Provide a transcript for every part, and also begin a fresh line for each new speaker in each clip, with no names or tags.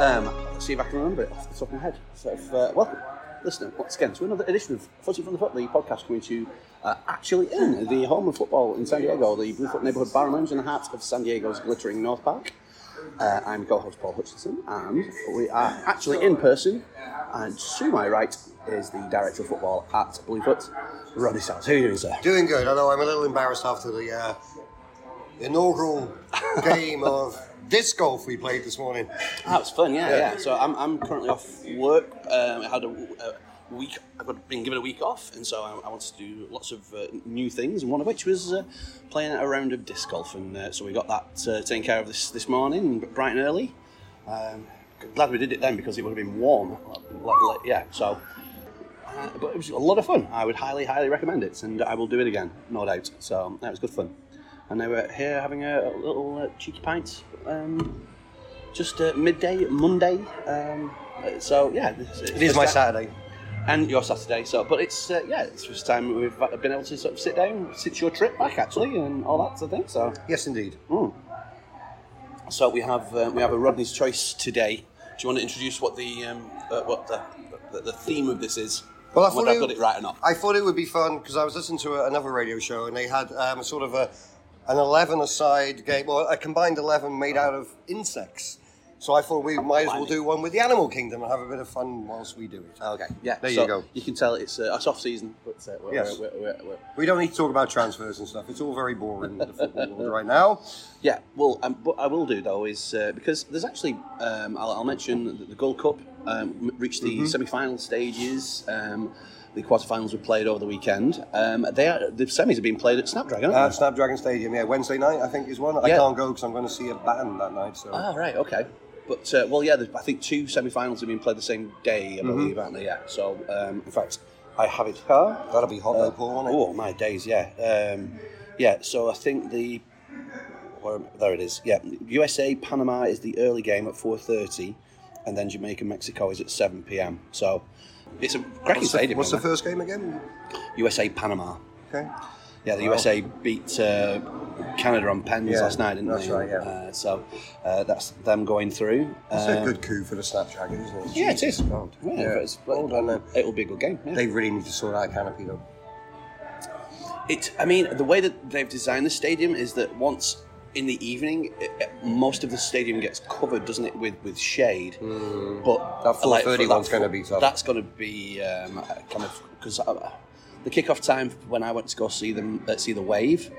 Um, see if I can remember it off the top of my head. So, if, uh, welcome, listener, once again to another edition of Footy from the Foot, the podcast coming to you uh, actually in the home of football in San Diego, the Bluefoot neighborhood bar and lounge in the heart of San Diego's glittering North Park. Uh, I'm co-host Paul Hutchinson, and we are actually in person. And to my right is the director of football at Bluefoot, Ronnie Sals. Who is there?
Doing good. I know I'm a little embarrassed after the uh, inaugural game of disc golf we played this morning.
That was fun, yeah, yeah. So I'm, I'm currently off work. Um, I had a, a week. I've got- been given a week off, and so I, I wanted to do lots of uh, new things, and one of which was uh, playing a round of disc golf. And uh, so we got that uh, taken care of this this morning, bright and early. Um, glad we did it then because it would have been warm. Like- like- yeah, so. Uh, but it was a lot of fun. I would highly, highly recommend it, and I will do it again, no doubt. So that was good fun. And now we're here having a, a little uh, cheeky pint um, just uh, midday Monday. Um, uh, so yeah, this,
It is my Saturday.
and your Saturday. So, but it's uh, yeah, it's first time we've uh, been able to sort of sit down since your trip back actually, and all that sort of thing. So,
Yes, indeed.
Hmm? so we have um, we have a Rodney's choice today. Do you want to introduce what the um, uh, what the, the the theme of this is?
Well, I
And
thought,
whether
it,
I've got it right or not.
I thought it would be fun because I was listening to a, another radio show and they had um, a sort of a, an 11 aside game, or a combined 11 made out of insects. So I thought we might as well do one with the animal kingdom and have a bit of fun whilst we do it.
Okay, yeah.
There
so
you go.
You can tell it's uh, a soft season, but uh, we're,
Yes.
we're, we're, we're, we're,
We don't need to talk about transfers and stuff. It's all very boring in the football world right now.
Yeah, well, um, what I will do though is uh, because there's actually um, I'll, I'll mention that the Gold Cup um, m- reached the semi-final stages. Um, the quarterfinals were played over the weekend. Um, they are, the semis have been played at Snapdragon.
Uh,
Aren't they?
Snapdragon Stadium, yeah, Wednesday night I think is one. I
Yeah.
can't go because I'm going to see a band that night. So
Ah, right, okay. But uh, well, yeah, there's- I think two semi-finals have been played the same day, I
Mm-hmm.
believe, aren't they? Yeah. So um, in fact, I have it here.
that'll be hot, though, Paul, won't it?
Oh my days, yeah, um, yeah. So I think the where, there it is. Yeah, USA Panama is the early game at four thirty, and then Jamaica Mexico is at seven p.m. So it's a cracking
What's, the,
stadium.
what's the
isn't
first game again?
it? USA Panama?
Okay.
Yeah, the USA beat uh, Canada on pens
Yeah,
last night, didn't
that's
they?
right, yeah.
Uh, so uh, that's them going through.
It's
Um,
a good coup for the Snapdragon, isn't it?
yeah, it
Jesus
is. Yeah,
God.
but it's- but
Well done, then.
it'll be a good game. yeah.
They really need to sort out canopy though.
It. I mean, the way that they've designed the stadium is that once in the evening, it, it- most of the stadium gets covered, doesn't it, with with shade. But
Hmm. That 4:30
for-
one's gonna be tough.
That's going to be um, kind of because the kickoff time when I went to go see them uh, see the wave.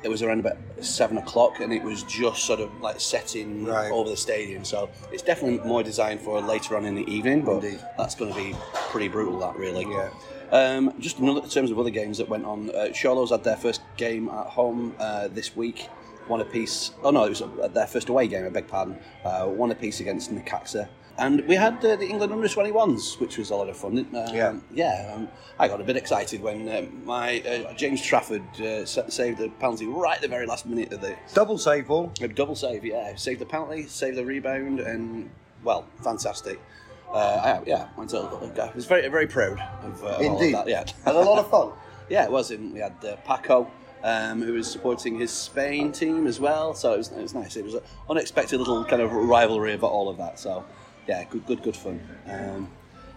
It was around about seven o'clock, and it was just sort of like setting
Right.
over the stadium. So it's definitely more designed for later on in the evening. But
Indeed.
that's going to be pretty brutal. That really.
Yeah.
Um, just another, in terms of other games that went on, uh, Charlo's had their first game at home uh, this week, one apiece. Oh no, it was uh, their first away game. I beg pardon. Uh, one apiece against Necaxa, and we had uh, the England under 21s, which was a lot of fun. didn't- Um,
Yeah.
yeah. Um, I got a bit excited when um, my uh, James Trafford uh, sa- saved the penalty right at the very last minute of the
Double save ball.
a double save, yeah. Saved the penalty, saved the rebound, and well, fantastic. Uh, I- yeah, my total guy was very, very proud of, uh, of all of
Indeed.
that. Yeah,
And a lot of fun.
yeah, it was. And we had uh, Paco, um, who was supporting his Spain team as well. So it was, it was nice. It was an unexpected little kind of rivalry about all of that. So yeah, good, good, good fun. Um,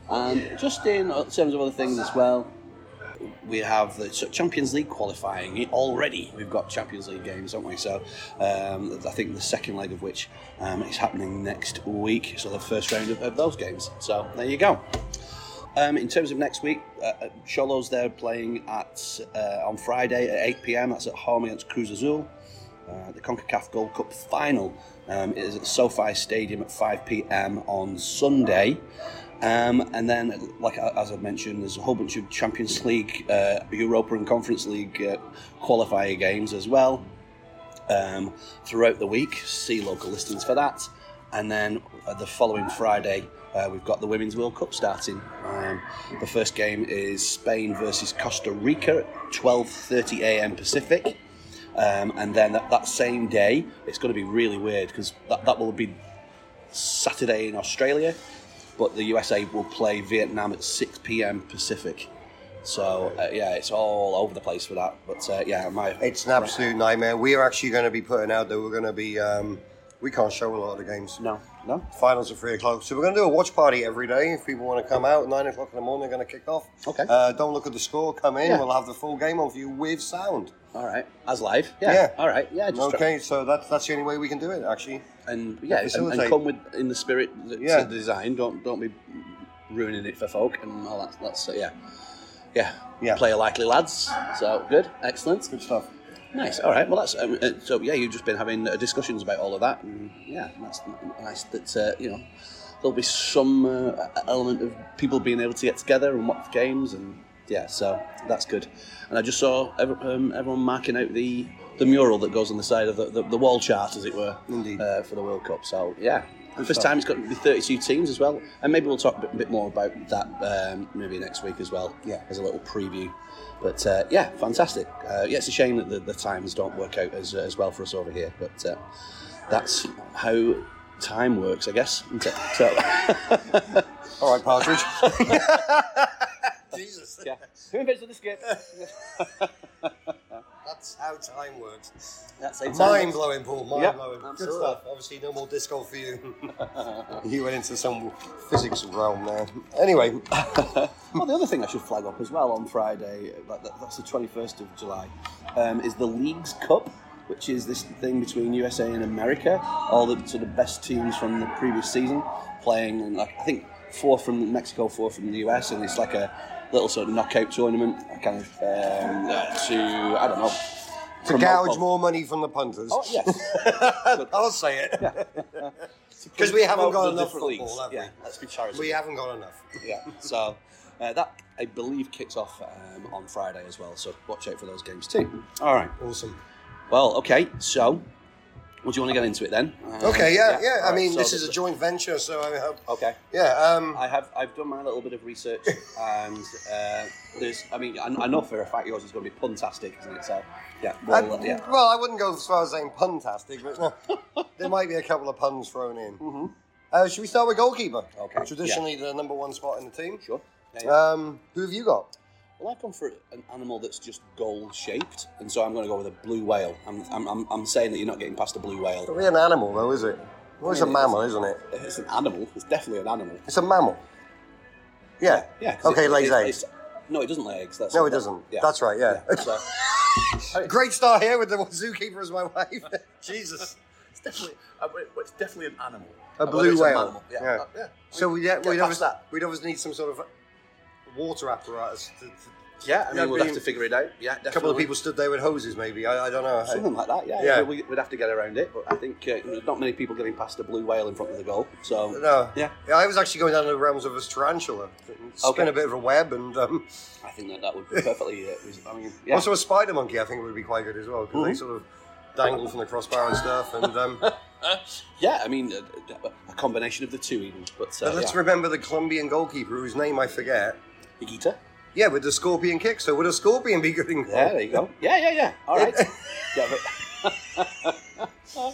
and just in uh, terms of other things as well, we have the so Champions League qualifying already. We've got Champions League games, haven't we? So um, I think the second leg of which um, is happening next week. So the first round of, of those games. So there you go. Um, in terms of next week, uh, Cholos they're playing at uh, on Friday at 8 p.m. That's at home against Cruz Azul. Uh, the CONCACAF Gold Cup final um, is at SoFi Stadium at 5 p.m. on Sunday. Um, and then, like I- as I mentioned, there's a whole bunch of Champions League, uh, Europa, and Conference League uh, qualifier games as well um, throughout the week. See local listings for that. And then uh, the following Friday, uh, we've got the Women's World Cup starting. Um, the first game is Spain versus Costa Rica at 12:30 a.m. Pacific. Um, and then that, that same day, it's going to be really weird because that, that will be Saturday in Australia, but the USA will play Vietnam at 6 p.m. Pacific. So, uh, yeah, it's all over the place for that. But, uh, yeah, my.
It's an absolute nightmare. We are actually going to be putting out that we're going to be. Um, we can't show a lot of the games.
No. No?
Finals at three o'clock. So we're going to do a watch party every day. If people want to come out, nine o'clock in the morning, they're going to kick off.
Okay.
Uh, don't look at the score. Come in.
Yeah.
We'll have the full game on for you with sound.
All right. As live. Yeah.
Yeah.
All right. Yeah. Just try-
okay. So that's that's the only way we can do it. Actually.
and yeah, and, and
facilitate.
come with in the spirit that's
Yeah.
yeah. the design. Don't don't be ruining it for folk and all that. That's uh, yeah, yeah,
Yeah.
Player likely lads. So good, excellent,
Good stuff.
nice. All right. Well, that's um, uh, so yeah. You've just been having uh, discussions about all of that, and yeah, that's n- nice that uh, you know there'll be some uh, element of people being able to get together and watch games and yeah. So that's good. And I just saw ev- um, everyone marking out the. The mural that goes on the side of the, the, the wall chart, as it were,
Indeed.
uh, for the World Cup. So yeah,
Good
first
stuff.
time it's got to be 32 teams as well, and maybe we'll talk a bit, bit more about that um, maybe next week as well.
Yeah.
as a little preview. But uh, yeah, fantastic. Uh, yeah, it's a shame that the, the times don't work out as, as well for us over here, but uh, that's how time works, I guess. isn't it? So
All right, Partridge. Jesus.
yeah, who invented the skip?
That's how time works.
That's how time
Mind
works.
blowing, Paul. Mind
Yeah,
blowing. Good
absolutely.
stuff. Obviously, no more disco for you. you went into some physics realm there. Anyway,
Well, Oh, the other thing I should flag up as well on Friday, like that, that's the 21st of July, um, is the League's Cup, which is this thing between USA and America. All the sort of best teams from the previous season playing, and like I think four from Mexico, four from the US, and it's like a little sort of knockout tournament, kind of um, uh, to I don't know.
to gouge more money from the punters.
Oh yes,
I'll say it. Because we haven't got enough
different
football, have we?
Yeah, let's be charitable.
We haven't got enough.
yeah. So uh, that I believe kicks off um, on Friday as well. So watch out for those games too. All right.
Awesome.
Well, okay. So, would you want to get into it then? Uh,
Okay, yeah, yeah.
all
I
right,
mean,
so
this
the-
is a joint venture, so I hope.
Okay.
Yeah, um,
I have I've done my little bit of research, and uh, there's I mean I, I know for a fact yours is going to be puntastic, isn't it? So yeah,
I,
well, yeah.
well, I wouldn't go as far as saying puntastic, but no, there might be a couple of puns thrown in. Uh, should we start with goalkeeper?
Mm-hmm. Okay,
Traditionally, the number one spot in the team.
Sure. Yeah, yeah.
Um, who have you got?
Well, I come for an animal that's just goal shaped, and so I'm going to go with a blue whale. I'm, I'm, I'm, I'm saying that you're not getting past a blue whale.
It's an animal, though, is it? Well, it's a
Yeah, it
mammal, isn't it?
It's an animal. It's definitely an animal.
It's a mammal. Yeah.
Yeah. 'cause
Okay,
it-
lays
it-
eggs.
it's- No, it doesn't lay eggs. That's
No, it doesn't.
Yeah.
That's right. Yeah.
So,
Great start here with the zookeeper as my wife. Jesus.
It's definitely, uh, well, it's definitely an animal.
A
Uh, whether
blue
it's
whale.
An animal. Yeah.
Yeah.
uh, yeah.
So we yeah,
get
we'd,
past
always,
that.
we'd always need some sort of water apparatus. To, to-
yeah, I mean,
Yeah,
we'll
being-
have to figure it out. Yeah, definitely.
a couple of people stood there with hoses, maybe. I, I don't know.
Something like that, yeah.
Yeah.
We- We'd have to get around it, but I think uh, there's not many people getting past a blue whale in front of the goal. So,
No.
yeah,
Yeah, I was actually going down the realms of a tarantula, spin
Okay.
a bit of a web, and um,
I think that that would be perfectly. Uh, reas- I mean, yeah.
also a spider monkey. I think would be quite good as well because they sort of dangle from the crossbar and stuff. And um, but
yeah, I mean, uh, uh, a combination of the two, even. But uh,
let's
yeah.
remember the Colombian goalkeeper whose name I forget.
Higuita.
Yeah, with the scorpion kick. So would a scorpion be good in goal?
Yeah, there you go. Yeah, yeah, yeah. All right. yeah, but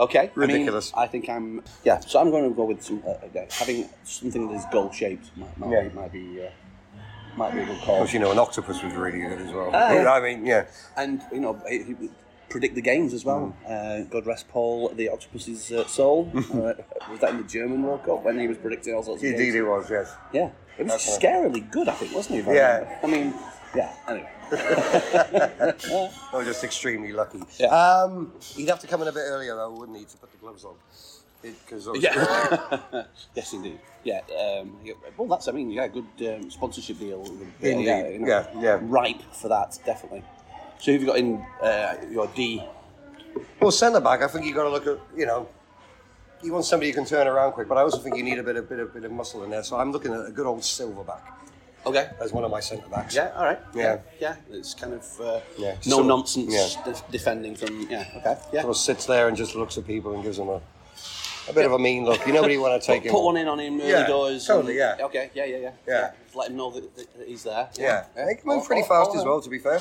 okay.
Ridiculous.
I, mean, I think I'm. Yeah, so I'm going to go with some, uh, uh, having something that is goal shaped might, might,
Yeah.
be, might be uh, might be a good call.
Because you know, an octopus was really good as well.
Ah, yeah.
I mean, yeah.
and you know it, it- predict the games as well.
Mm.
Uh, God rest Paul, the octopus's uh, soul. uh, was that in the German World Cup when he was predicting all sorts of
Indeed,
games?
it was. Yes.
Yeah, it was
That's
scarily good, I think, wasn't he? if I
Yeah.
remember? I mean, yeah. Anyway,
I was just extremely lucky.
Yeah.
Um, he'd have to come in a bit earlier though, wouldn't he, to put the gloves on? Because
yeah. yes, indeed. Yeah. Um, yeah, well, that's I mean, yeah, good um, sponsorship deal. Yeah,
Indeed.
Yeah, you know,
Yeah, yeah.
Ripe for that, definitely. So who've you got in uh, your D?
Well, centre back, I think you got to look at you know, you want somebody who can turn around quick, but I also think you need a bit of bit of bit of muscle in there. So I'm looking at a good old silver back
Okay.
as one of my centre backs.
Yeah, all right.
Yeah.
yeah. It's kind of uh,
Yeah.
no
Sort of-
nonsense
yeah.
def- defending from. Yeah, okay. Yeah.
sort of sits there and just looks at people and gives them a a bit of a mean look. You know what you want to take
put,
him.
put one in on him early
Yeah,
doors.
totally,
and-
yeah.
Okay. Yeah. Yeah. Yeah.
Yeah.
Just Let him know that, that that he's there.
Yeah, they can move
Oh,
pretty
oh,
fast
oh,
as well. To be fair,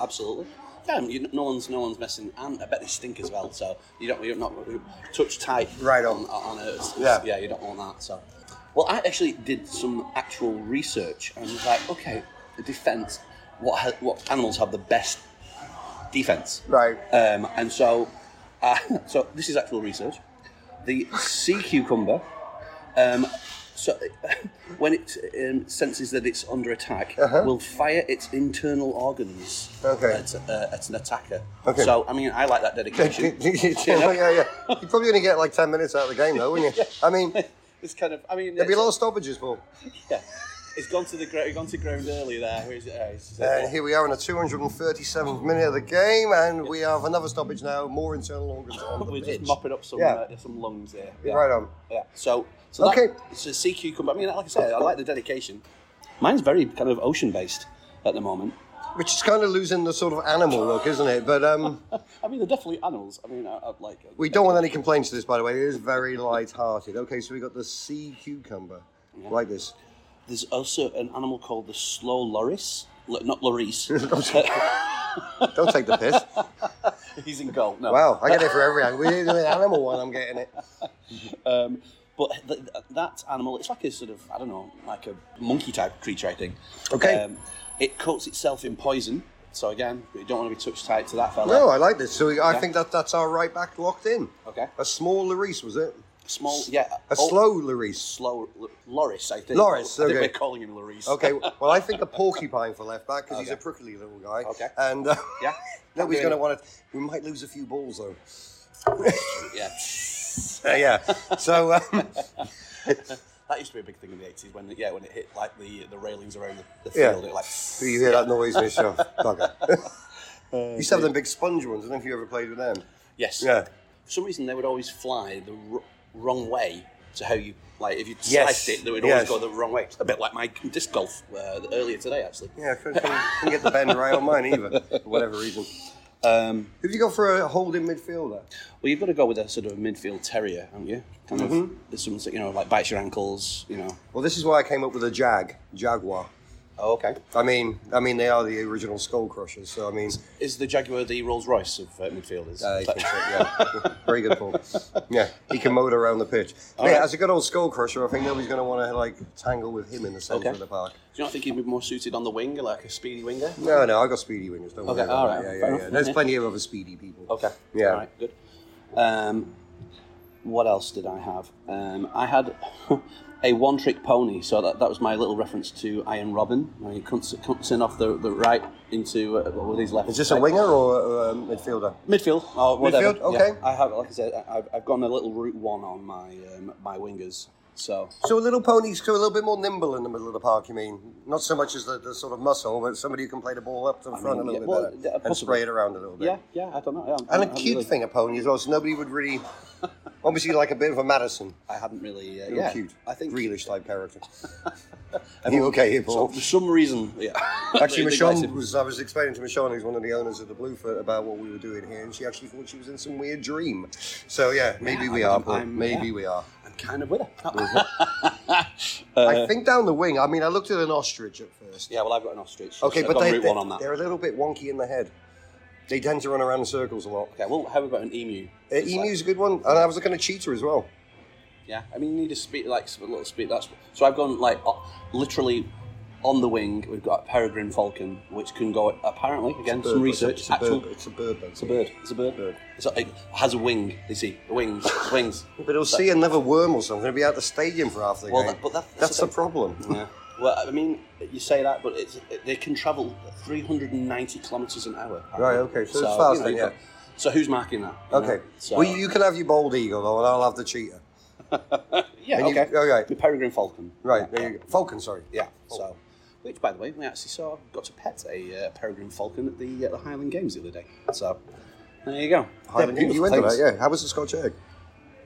Absolutely. Yeah. I mean, you, no one's no one's messing, and I bet they stink as well. So you don't you're not touch tight.
Right on.
On, on a,
Yeah.
yeah. Yeah. You don't want that. So. Well, I actually did some actual research and was like, okay, the defense. What ha- what animals have the best defense?
right?
Um, and so, uh, so this is actual research. the sea cucumber, um, so when it um, senses that it's under attack, will fire its internal organs
Uh-huh. Okay.
at, uh, at an attacker.
Okay.
So I mean, I like that dedication.
yeah, yeah, yeah. You're probably only get like 10 minutes out of the game, though, wouldn't you? I mean,
it's kind of I mean,
there'd be a
it's-
lot of stoppages, Paul.
Yeah. It's gone to the ground. Gone to ground early there. Where's it? Uh, it's-
Uh, here we are in the 237th minute of the game, and we have another stoppage now. More internal organs on the
oh, We're
pitch.
just mopping up some
Yeah.
uh, some lungs here. Yeah.
Right on.
Yeah. So, so that,
Okay.
It's a sea cucumber. I mean, like I said, I like the dedication. Mine's very kind of ocean based at the moment.
Which is kind of losing the sort of animal look, isn't it? But um,
I mean, they're definitely animals. I mean, I, I like.
we don't want any complaints to this, by the way. It is very light-hearted. Okay, so we got the sea cucumber, like this.
There's also an animal called the slow loris. L- Not loris.
Don't take the piss.
He's in goal. No.
Wow, I get it for every angle. We didn't do an animal one. I'm getting it.
Um, but th- th- that animal, it's like a sort of, I don't know, like a monkey type creature, I think. Um,
Okay.
it coats itself in poison. So again, you don't want to be touch tight to that fella.
No, I like this. So we, I
Yeah.
think that that's our right back locked in.
Okay.
A small Larice, was it?
Small, yeah.
A
oh,
slow Larice.
Slow, L- Loris, I think.
Loris,
I think
okay.
we're calling him Loris.
Okay, well, I think a porcupine for left back because he's a
Okay.
prickly little guy.
Okay.
And uh,
Yeah.
nobody's
Okay.
going to want to. We might lose a few balls, though.
Yeah.
Uh, yeah. So, um,
That used to be a big thing in the eighties when yeah when it hit like the the railings around the, the
Yeah.
field it like
do you hear that noise in the show? Bugger.
Oh,
you used to have them big sponge ones. I don't know if you ever played with them.
yes
Yeah.
for some reason they would always fly the r- wrong way to how you like if you
Yes.
sliced it they would
Yes.
always go the wrong way a bit like my disc golf uh, earlier today actually
Yeah, I couldn't, couldn't- couldn't get the bend right on mine either, for whatever reason.
um,
Who have you got for a holding midfielder?
well you've got to go with a sort of midfield terrier haven't you kind of
Mm-hmm.
there's something that, you know like bites your ankles you know
Well, this is why I came up with a Jag, Jaguar.
oh okay
I mean, I mean, they are the original skull crushers. So I mean,
is the Jaguar the Rolls Royce of uh, midfielders
uh, yeah, very good Paul. Yeah, he can motor around the pitch. But yeah,
right.
as a good old skull crusher, I think nobody's going to want to like tangle with him in the centre
Okay.
of the park.
do you not think he'd be more suited on the wing like a speedy winger
No, no, I got speedy wingers. Don't worry
Okay,
about
all
that.
right,
Yeah,
fair
yeah, yeah.
enough.
There's
Yeah.
plenty of other speedy people.
Okay.
Yeah.
All right. Good. Um, what else did I have? Um, I had a one-trick pony, so that, that was my little reference to Iron Robin. When he cuts, cuts in off the, the right into uh, well, with his left.
Is this a
leg.
winger or a, a midfielder?
Midfield or whatever.
Midfield? Okay.
Yeah, I have, like I said, I- I've, I've gotten a little route one on my um, my wingers. So
So a little pony's so a little bit more nimble in the middle of the park. You mean not so much as the, the sort of muscle, but somebody who can play the ball up to the front
mean,
a
yeah,
little
well,
bit
yeah,
better and
possibly.
spray it around a little bit.
yeah, yeah, I don't know. Yeah, I'm-
And a
I'm
cute
really-
thing, a pony as well. So nobody would really, obviously, like a bit of a Madison.
I hadn't really. Uh,
Real
yeah,
cute.
I think
Grealish type character. Are you okay here,
So
Paul?
for some reason, yeah.
actually,
They- they like
Michonne
him.
was. I was explaining to Michonne, who's one of the owners of the Blueford, about what we were doing here, and she actually thought she was in some weird dream. So yeah, maybe we
I'm-
are, Paul.
I'm-
maybe
yeah.
we are.
I'm kind of with her.
I think down the wing. I mean, I looked at an ostrich at first.
Uh, Yeah, well, I've got an ostrich.
Okay,
so I've
but
got
they,
route
they,
one on that.
are a little bit wonky in the head. They tend to run around in circles a lot.
Okay, well, how about an emu?
Uh,
It's like-
emu's a good one, and I was looking at cheetah as well.
yeah, I mean, you need a speed, like a little speed. That's so I've gone like o- literally on the wing. We've got a peregrine falcon, which can go apparently again some
Bird,
research.
It's a
actual-
bird. It's a bird. basically.
It's a bird. It's a bird.
Bird.
It's a, it has a wing. They see wings, wings.
But he'll see another worm or something. He'll be out the stadium for half the
Well,
game.
that- but that-
that's
that's
the
the
problem.
Yeah. Well, I mean, you say that, but it's, they can travel 390 kilometers an hour.
Right, okay, so it's fast then,
you've
yeah.
got- So who's marking that? you
Okay.
know? So,
Well, you can have your bald eagle though, and I'll have the cheetah.
yeah,
and you-
okay.
okay.
The peregrine falcon.
Right.
Yeah.
There you go. Falcon, sorry.
Yeah. So, which, by the way, we actually saw got to pet a uh, peregrine falcon at the uh, the Highland Games the other day. So, there you go.
Highland
They're
Games. You went
beautiful
to that,
things.
yeah. How was the Scotch egg?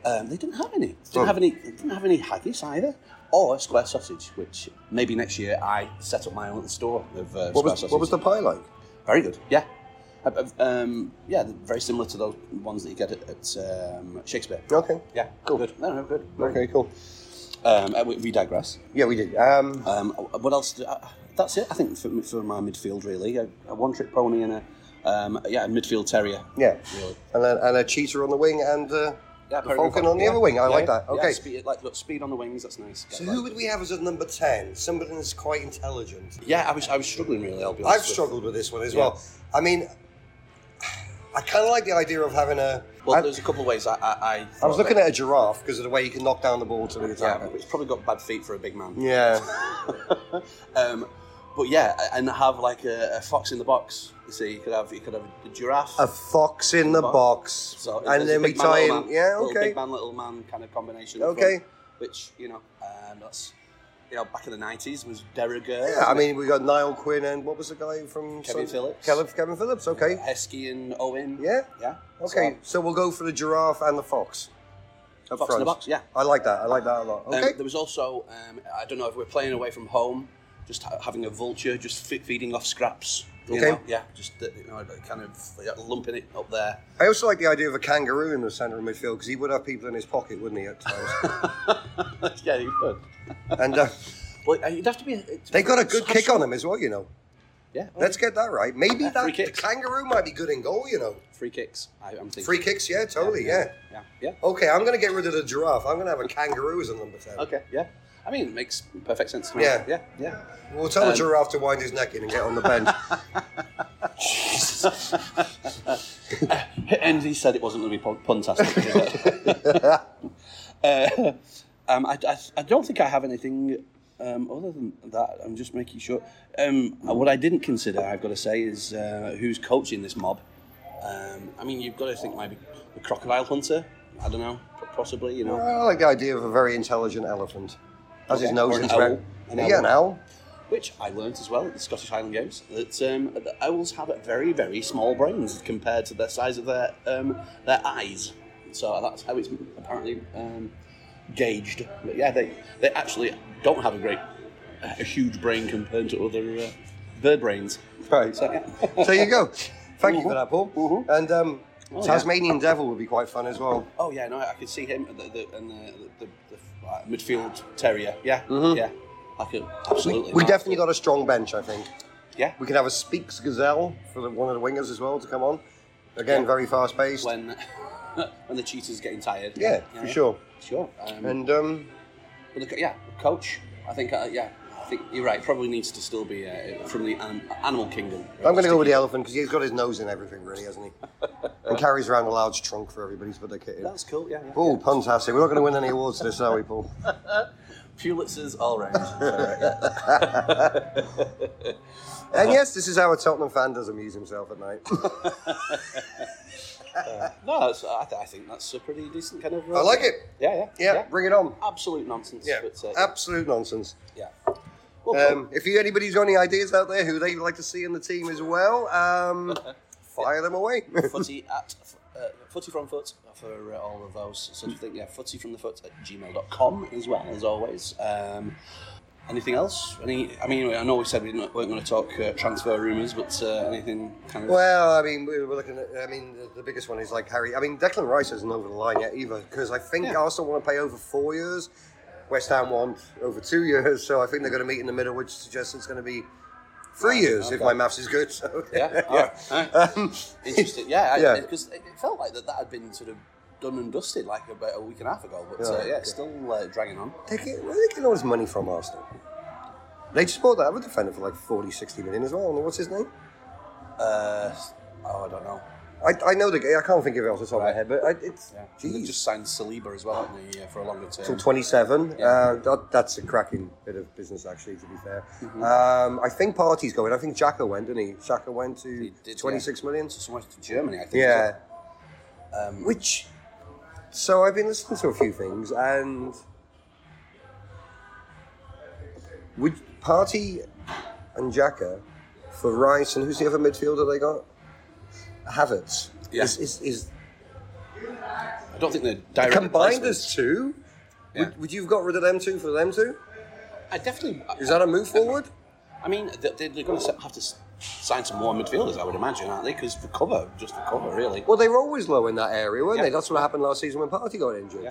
Um, they didn't have any. Didn't
Oh.
have any. Didn't have any haggis either, or square sausage. Which maybe next year I set up my own little store of uh,
What
square
was
sausage.
what was the pie like?
Very good. Yeah. I- I've, Um, yeah, they're very similar to those ones that you get at, at um, Shakespeare.
Okay.
Yeah, cool. Good. No, no, good.
Okay. Cool.
Um, uh, we, we digress.
Yeah, we did. Um,
Um, what else? Did, uh, that's it, I think, for, for my midfield, really. A, a one trick pony and a, um, yeah, a midfield terrier.
yeah.
Really.
And a, and a cheetah on the wing and uh,
Yeah,
a falcon on the other wing. I like that. Okay.
speed, like, look, speed on the wings, that's nice.
so who would we have as a number ten? Somebody that's quite intelligent.
Yeah, I was, I was struggling, really, I'll be honest.
I've
with-
struggled with this one as
Yeah.
well. I mean, I kind of like the idea of having a.
Well,
I-
there's a couple of ways I. I, I,
I was
thought
looking
that-
at a giraffe because of the way you can knock down the ball to the
Yeah,
attacker.
it's probably got bad feet for a big man.
Yeah.
um, but yeah, and have like a, a fox in the box. You see, you could have you could have a giraffe.
A fox in the box.
so it's-
and
it's a
then we
big man,
tie
little
in.
man,
Yeah,
little
okay.
Big man, little man kind of combination. up
Okay.
front, which you know, um, that's you know, back in the nineties was de rigueur.
Yeah, I mean, we got Niall Quinn and what was the guy from.
Kevin Phillips.
Kevin, Kevin Phillips, okay.
uh, Heskey and Owen.
Yeah,
yeah.
okay. So, we'll go for the giraffe and the fox.
So,
Up
fox in the
front.
box. Yeah.
I like that. I like that a lot.
Um,
Okay.
there was also um, I don't know if we're playing away from home, just ha- having a vulture just fe- feeding off scraps. you
Okay.
know? Yeah, just uh, you know, like, kind of like, lumping it up there.
I also like the idea of a kangaroo in the centre of midfield because he would have people in his pocket, wouldn't he, at times?
yeah, you could.
and uh,
Well, uh, you'd have to be. it's-
they got a good
have
kick
some-
on him as well, you know.
Yeah,
Let's get that right. Maybe
Yeah, free
that the
kicks.
kangaroo might be good in goal, you know.
free kicks. I, I'm thinking.
Free kicks, yeah, totally, yeah.
Yeah, yeah.
Okay, I'm going to get rid of the giraffe. I'm going to have a kangaroo as a number 10.
Okay, yeah. I mean, it makes perfect sense to me.
Yeah.
yeah, yeah.
We'll tell
Um,
the giraffe to wind his neck in and get on the bench.
and he said it wasn't going to be pun- puntastic. uh, um, I, I, I don't think I have anything um, other than that. I'm just making sure. Um, what I didn't consider, I've got to say, is uh, who's coaching this mob. Um, I mean, you've got to think maybe the crocodile hunter. I don't know, p- possibly. You know,
I Oh, like the idea of a very intelligent elephant. Has his
Okay,
nose
or an
into
owl. An
Yeah, an owl.
which I learnt as well at the Scottish Highland Games that um, the owls have very, very small brains compared to the size of their um, their eyes. So that's how it's apparently um, gauged. But yeah, they they actually don't have a great, a huge brain compared to other uh, bird brains.
Right.
So yeah.
there you go. Thank you for that, Paul.
Mhm.
And um,
yeah.
Tasmanian devil would be quite fun as well.
Oh yeah, no, I could see him the, the, and the, the, the uh, midfield terrier. Yeah, yeah. I could absolutely.
Mm-hmm. We definitely got a strong bench, I think.
Yeah.
We can have a Speaks Gazelle for the, one of the wingers as well to come on. Again, very fast paced.
When when the cheetah's getting tired.
yeah, for sure.
Sure. Um,
And um,
But look, yeah, coach. I think, uh, yeah, I think you're right. Probably needs to still be uh, from the anim- animal kingdom.
I'm going to go with the elephant because he's got his nose in everything, really, hasn't he? and carries around a large trunk for everybody to put their kit in.
That's cool. Yeah. yeah,
Paul, fantastic. We're not going to win any awards this, are we, Paul?
yeah. Pulitzers all round.
And yes, this is how a Tottenham fan does amuse himself at night.
no, that's, I, th- I think that's a pretty decent kind of. uh,
I like it.
Yeah, yeah,
Yeah, bring it on.
Absolute nonsense.
Yeah,
But, uh,
absolute nonsense.
yeah. Well, cool.
Um, if you, anybody's got any ideas out there who they'd like to see in the team as well, um, fire them away.
footy at uh, footy from foot for uh, all of those sort of things. Yeah, footy from the foot at gmail.com as well as always. Um, anything else? Any? I mean, I know we said we didn't- weren't going to talk uh, transfer rumours, but uh, anything kind of.
well, I mean, we we're looking at. I mean, the, the biggest one is like Harry. I mean, Declan Rice isn't over the line yet either because I think
Yeah.
Arsenal want to pay over four years. West Ham want over two years, so I think they're going to meet in the middle, which suggests it's going to be three years if
okay.
my maths is good. So,
yeah, all right, all right.
Um,
interesting. Yeah,
Yeah.
because it, it felt like that, that had been sort of done and dusted like about a week and a half ago, but
Yeah.
uh, yeah, it's still uh, dragging on.
They get, where they get all this money from Arsenal? They just bought that other defender for like 40, 60 million as well. And what's his name?
Uh, oh, I don't know.
I, I know the guy. I can't think of it off the top of my
Right.
head, but I, it's
Yeah,
geez,
they just signed Saliba as well, haven't they, uh, for a longer term?
till 27.
Yeah.
Uh, that, that's a cracking bit of business, actually. To be fair,
Mm-hmm.
um, I think Party's going. I think Xhaka went, didn't he? Xhaka went to
did,
26 million.
So somewhere to Germany, I think.
Yeah,
Um,
which. So I've been listening to a few things, and would Party and Xhaka for Rice and who's the other midfielder they got? Havertz.
Yeah.
Is, is, is
I don't think they're direct
combined
replacements.
as two?
Yeah.
Would, would you have got rid of them two for them two?
I definitely.
Is that a move forward?
I mean, they- they- they're going to have to s- sign some more midfielders, I would imagine, aren't they? Because for cover, just for cover, really.
Well, they were always low in that area, weren't
Yeah.
they? That's what happened last season when Party got injured.
Yeah.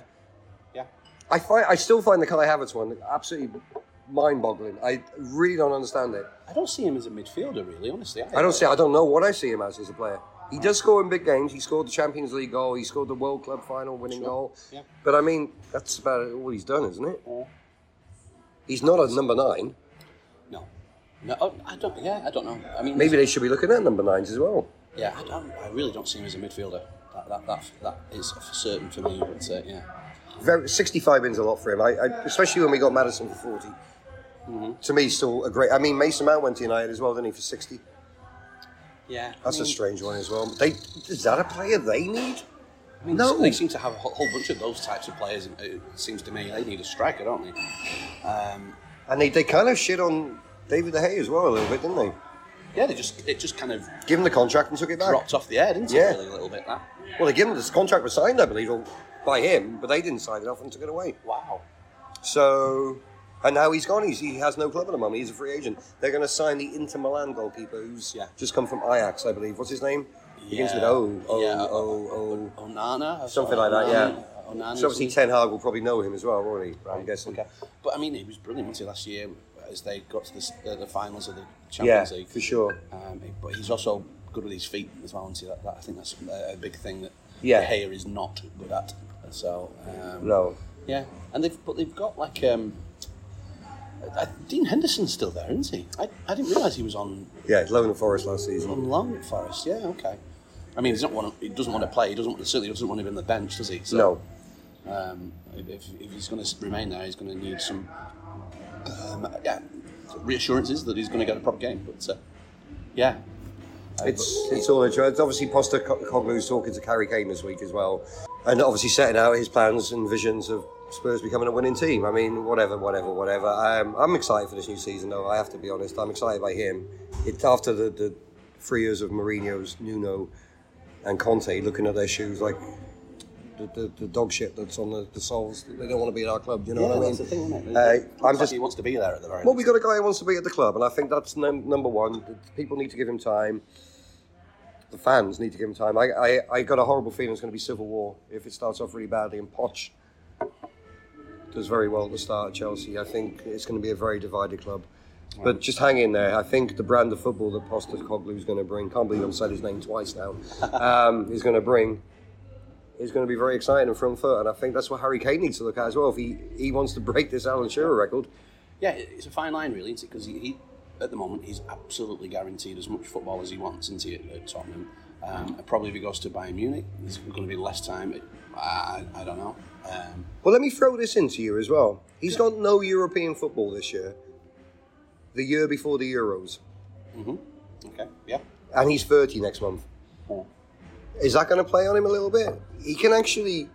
Yeah.
I find I still find the Kai Havertz one absolutely mind-boggling. I really don't understand it.
I don't see him as a midfielder, really, honestly.
I don't see. I don't know what I see him as as a player. He does score in big games. He scored the Champions League goal. He scored the World Club final winning goal.
Yeah.
But I mean, that's about all he's done, isn't it?
Yeah.
He's not a number nine.
No. No, oh, I don't. Yeah, I don't know. I mean,
Maybe they should be looking at number nines as well.
Yeah, I, don't, I really don't see him as a midfielder. That, that, that, that is for certain for me, but uh, yeah.
Very, 65 in's a lot for him, I, I, especially when we got Madison for 40. To me, still a great. I mean, Mason Mount went to United as well, didn't he, for 60?
Yeah.
That's
I mean,
a strange one as well. They, is that a player they need?
I mean,
no.
They seem to have a whole, whole bunch of those types of players, it seems to me. They need a striker, don't they?
And they, they kind of shit on David De Gea as well a little bit, didn't they?
Yeah, they just it just kind of
Give him the contract and took it back.
dropped off the air, didn't it,
Yeah.
really, a little bit, that?
Well, they gave him this contract was signed, I believe, or by him, but they didn't sign it off and took it away.
Wow.
So, and now he's gone. He's, he has no club at the moment. He's a free agent. They're going to sign the Inter Milan goalkeeper, who's
Yeah.
just come from Ajax, I believe. What's his name? Begins with
Yeah.
O. O.
Yeah,
O. O.
Onana?
Something like that, yeah.
Onana- Onana
So obviously, Ten Hag will probably know him as well, won't he? I'm guessing.
Okay. But I mean, he was brilliant until last year as they got to the, uh, the finals of the
Yeah,
Champions League.
for sure.
Um, but he's also good with his feet as well. And see that, that, I think that's a, a big thing that
Yeah.
De Gea is not good at. So um,
No.
yeah, and they've but they've got like um, I, Dean Henderson's still there, isn't he? I, I didn't realise he was on
Yeah, low in the forest last season.
on loan at Forest. Yeah, okay. I mean, he's not want he doesn't want to play. He doesn't certainly doesn't want him on the bench, does he? So,
No.
um, if, if he's going to remain there, he's going to need some um, yeah, reassurances that he's going to get a proper game. But uh, yeah,
It's it's all a joke. It's Obviously, Poster Coglu's talking to Carrie Kane this week as well, and obviously setting out his plans and visions of Spurs becoming a winning team. I mean, whatever, whatever, whatever. I'm, I'm excited for this new season, though. I have to be honest. I'm excited by him. It's after the, the three years of Mourinho's, Nuno, and Conte looking at their shoes like the, the, the dog shit that's on the, the soles. They don't want to be at our club. You know what I mean?
that's the thing, isn't it?
Uh,
Looks
I'm
like
just
he wants to be there at the very
well,
least.
we got a guy who wants to be at the club, and I think that's num- number one. People need to give him time. The fans need to give him time. I, I, I got a horrible feeling it's going to be civil war if it starts off really badly. And Poch does very well at the start at Chelsea. I think it's going to be a very divided club. But just hang in there. I think the brand of football that Postecoglou is going to bring, can't believe I've said his name twice now, um, is going to bring is going to be very exciting and front foot. And I think that's what Harry Kane needs to look at as well. If he, he wants to break this Alan Shearer record,
yeah, it- it's a fine line, really, isn't it? Because he, he, at the moment, he's absolutely guaranteed as much football as he wants, isn't he, at, at Tottenham? Um, and probably if he goes to Bayern Munich, there's going to be less time. I, I, I don't know. Um,
Well, let me throw this into you as well. He's got no European football this year. The year before the Euros,
okay, yeah.
and he's thirty next month.
Yeah.
Is that going to play on him a little bit? He can actually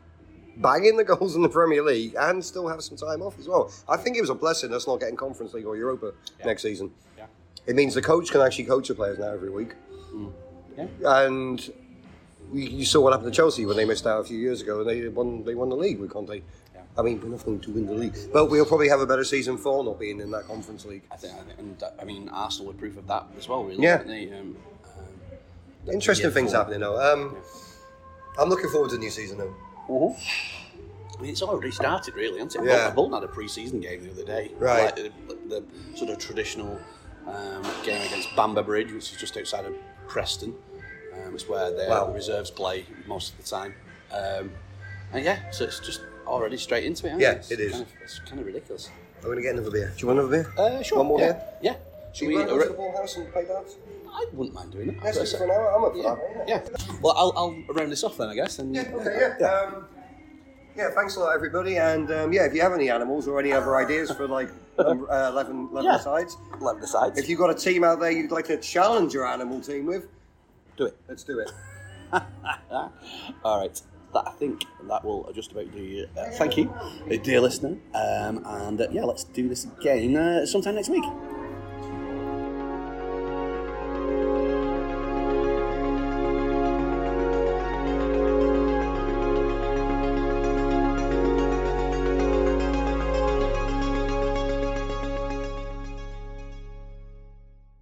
bang in the goals in the Premier League and still have some time off as well. I think it was a blessing us not getting Conference League or Europa next season.
Yeah.
It means the coach can actually coach the players now every week.
Hmm.
And you, you saw what happened to Chelsea when they missed out a few years ago, and they won. They won the league with Conte. I mean, we're not going to win the league, but we'll probably have a better season for not being in that Conference League.
I think, I think and that, I mean, Arsenal were proof of that as well, really.
Yeah.
weren't they? Um,
Interesting
Yeah,
things
cool.
happening though. Um, I'm looking forward to the new season though.
Mm-hmm. I mean, it's already started, really, hasn't it?
Yeah.
Bolton had a pre-season game the other day.
Right.
Like, the, the sort of traditional um, game against Bamber Bridge, which is just outside of Preston. Um, it's where their
Wow.
reserves play most of the time. Um, and yeah, so it's just already straight into it. hasn't
Yeah,
It's
it is.
Kind of, it's kind of ridiculous.
I'm going to get another beer. Do you want another beer?
Uh, sure.
One more
yeah.
beer.
Yeah. Should
Do you
we?
want to go to the ball house and play darts?
I wouldn't mind doing that.
Let's do it for an hour. I'm up for
Yeah.
that.
yeah. Well, I'll, I'll round this off then, I guess. And uh,
Yeah, okay, yeah. Um, yeah, thanks a lot, everybody. And um, yeah, if you have any animals or any other ideas for like um, uh, 11, 11
Yeah.
sides,
Let decide.
if you've got a team out there you'd like to challenge your animal team with,
do it.
let's do it.
All right. That, I think that will just about do you. Uh, thank you, uh, dear listener. Um, and uh, yeah, let's do this again uh, sometime next week.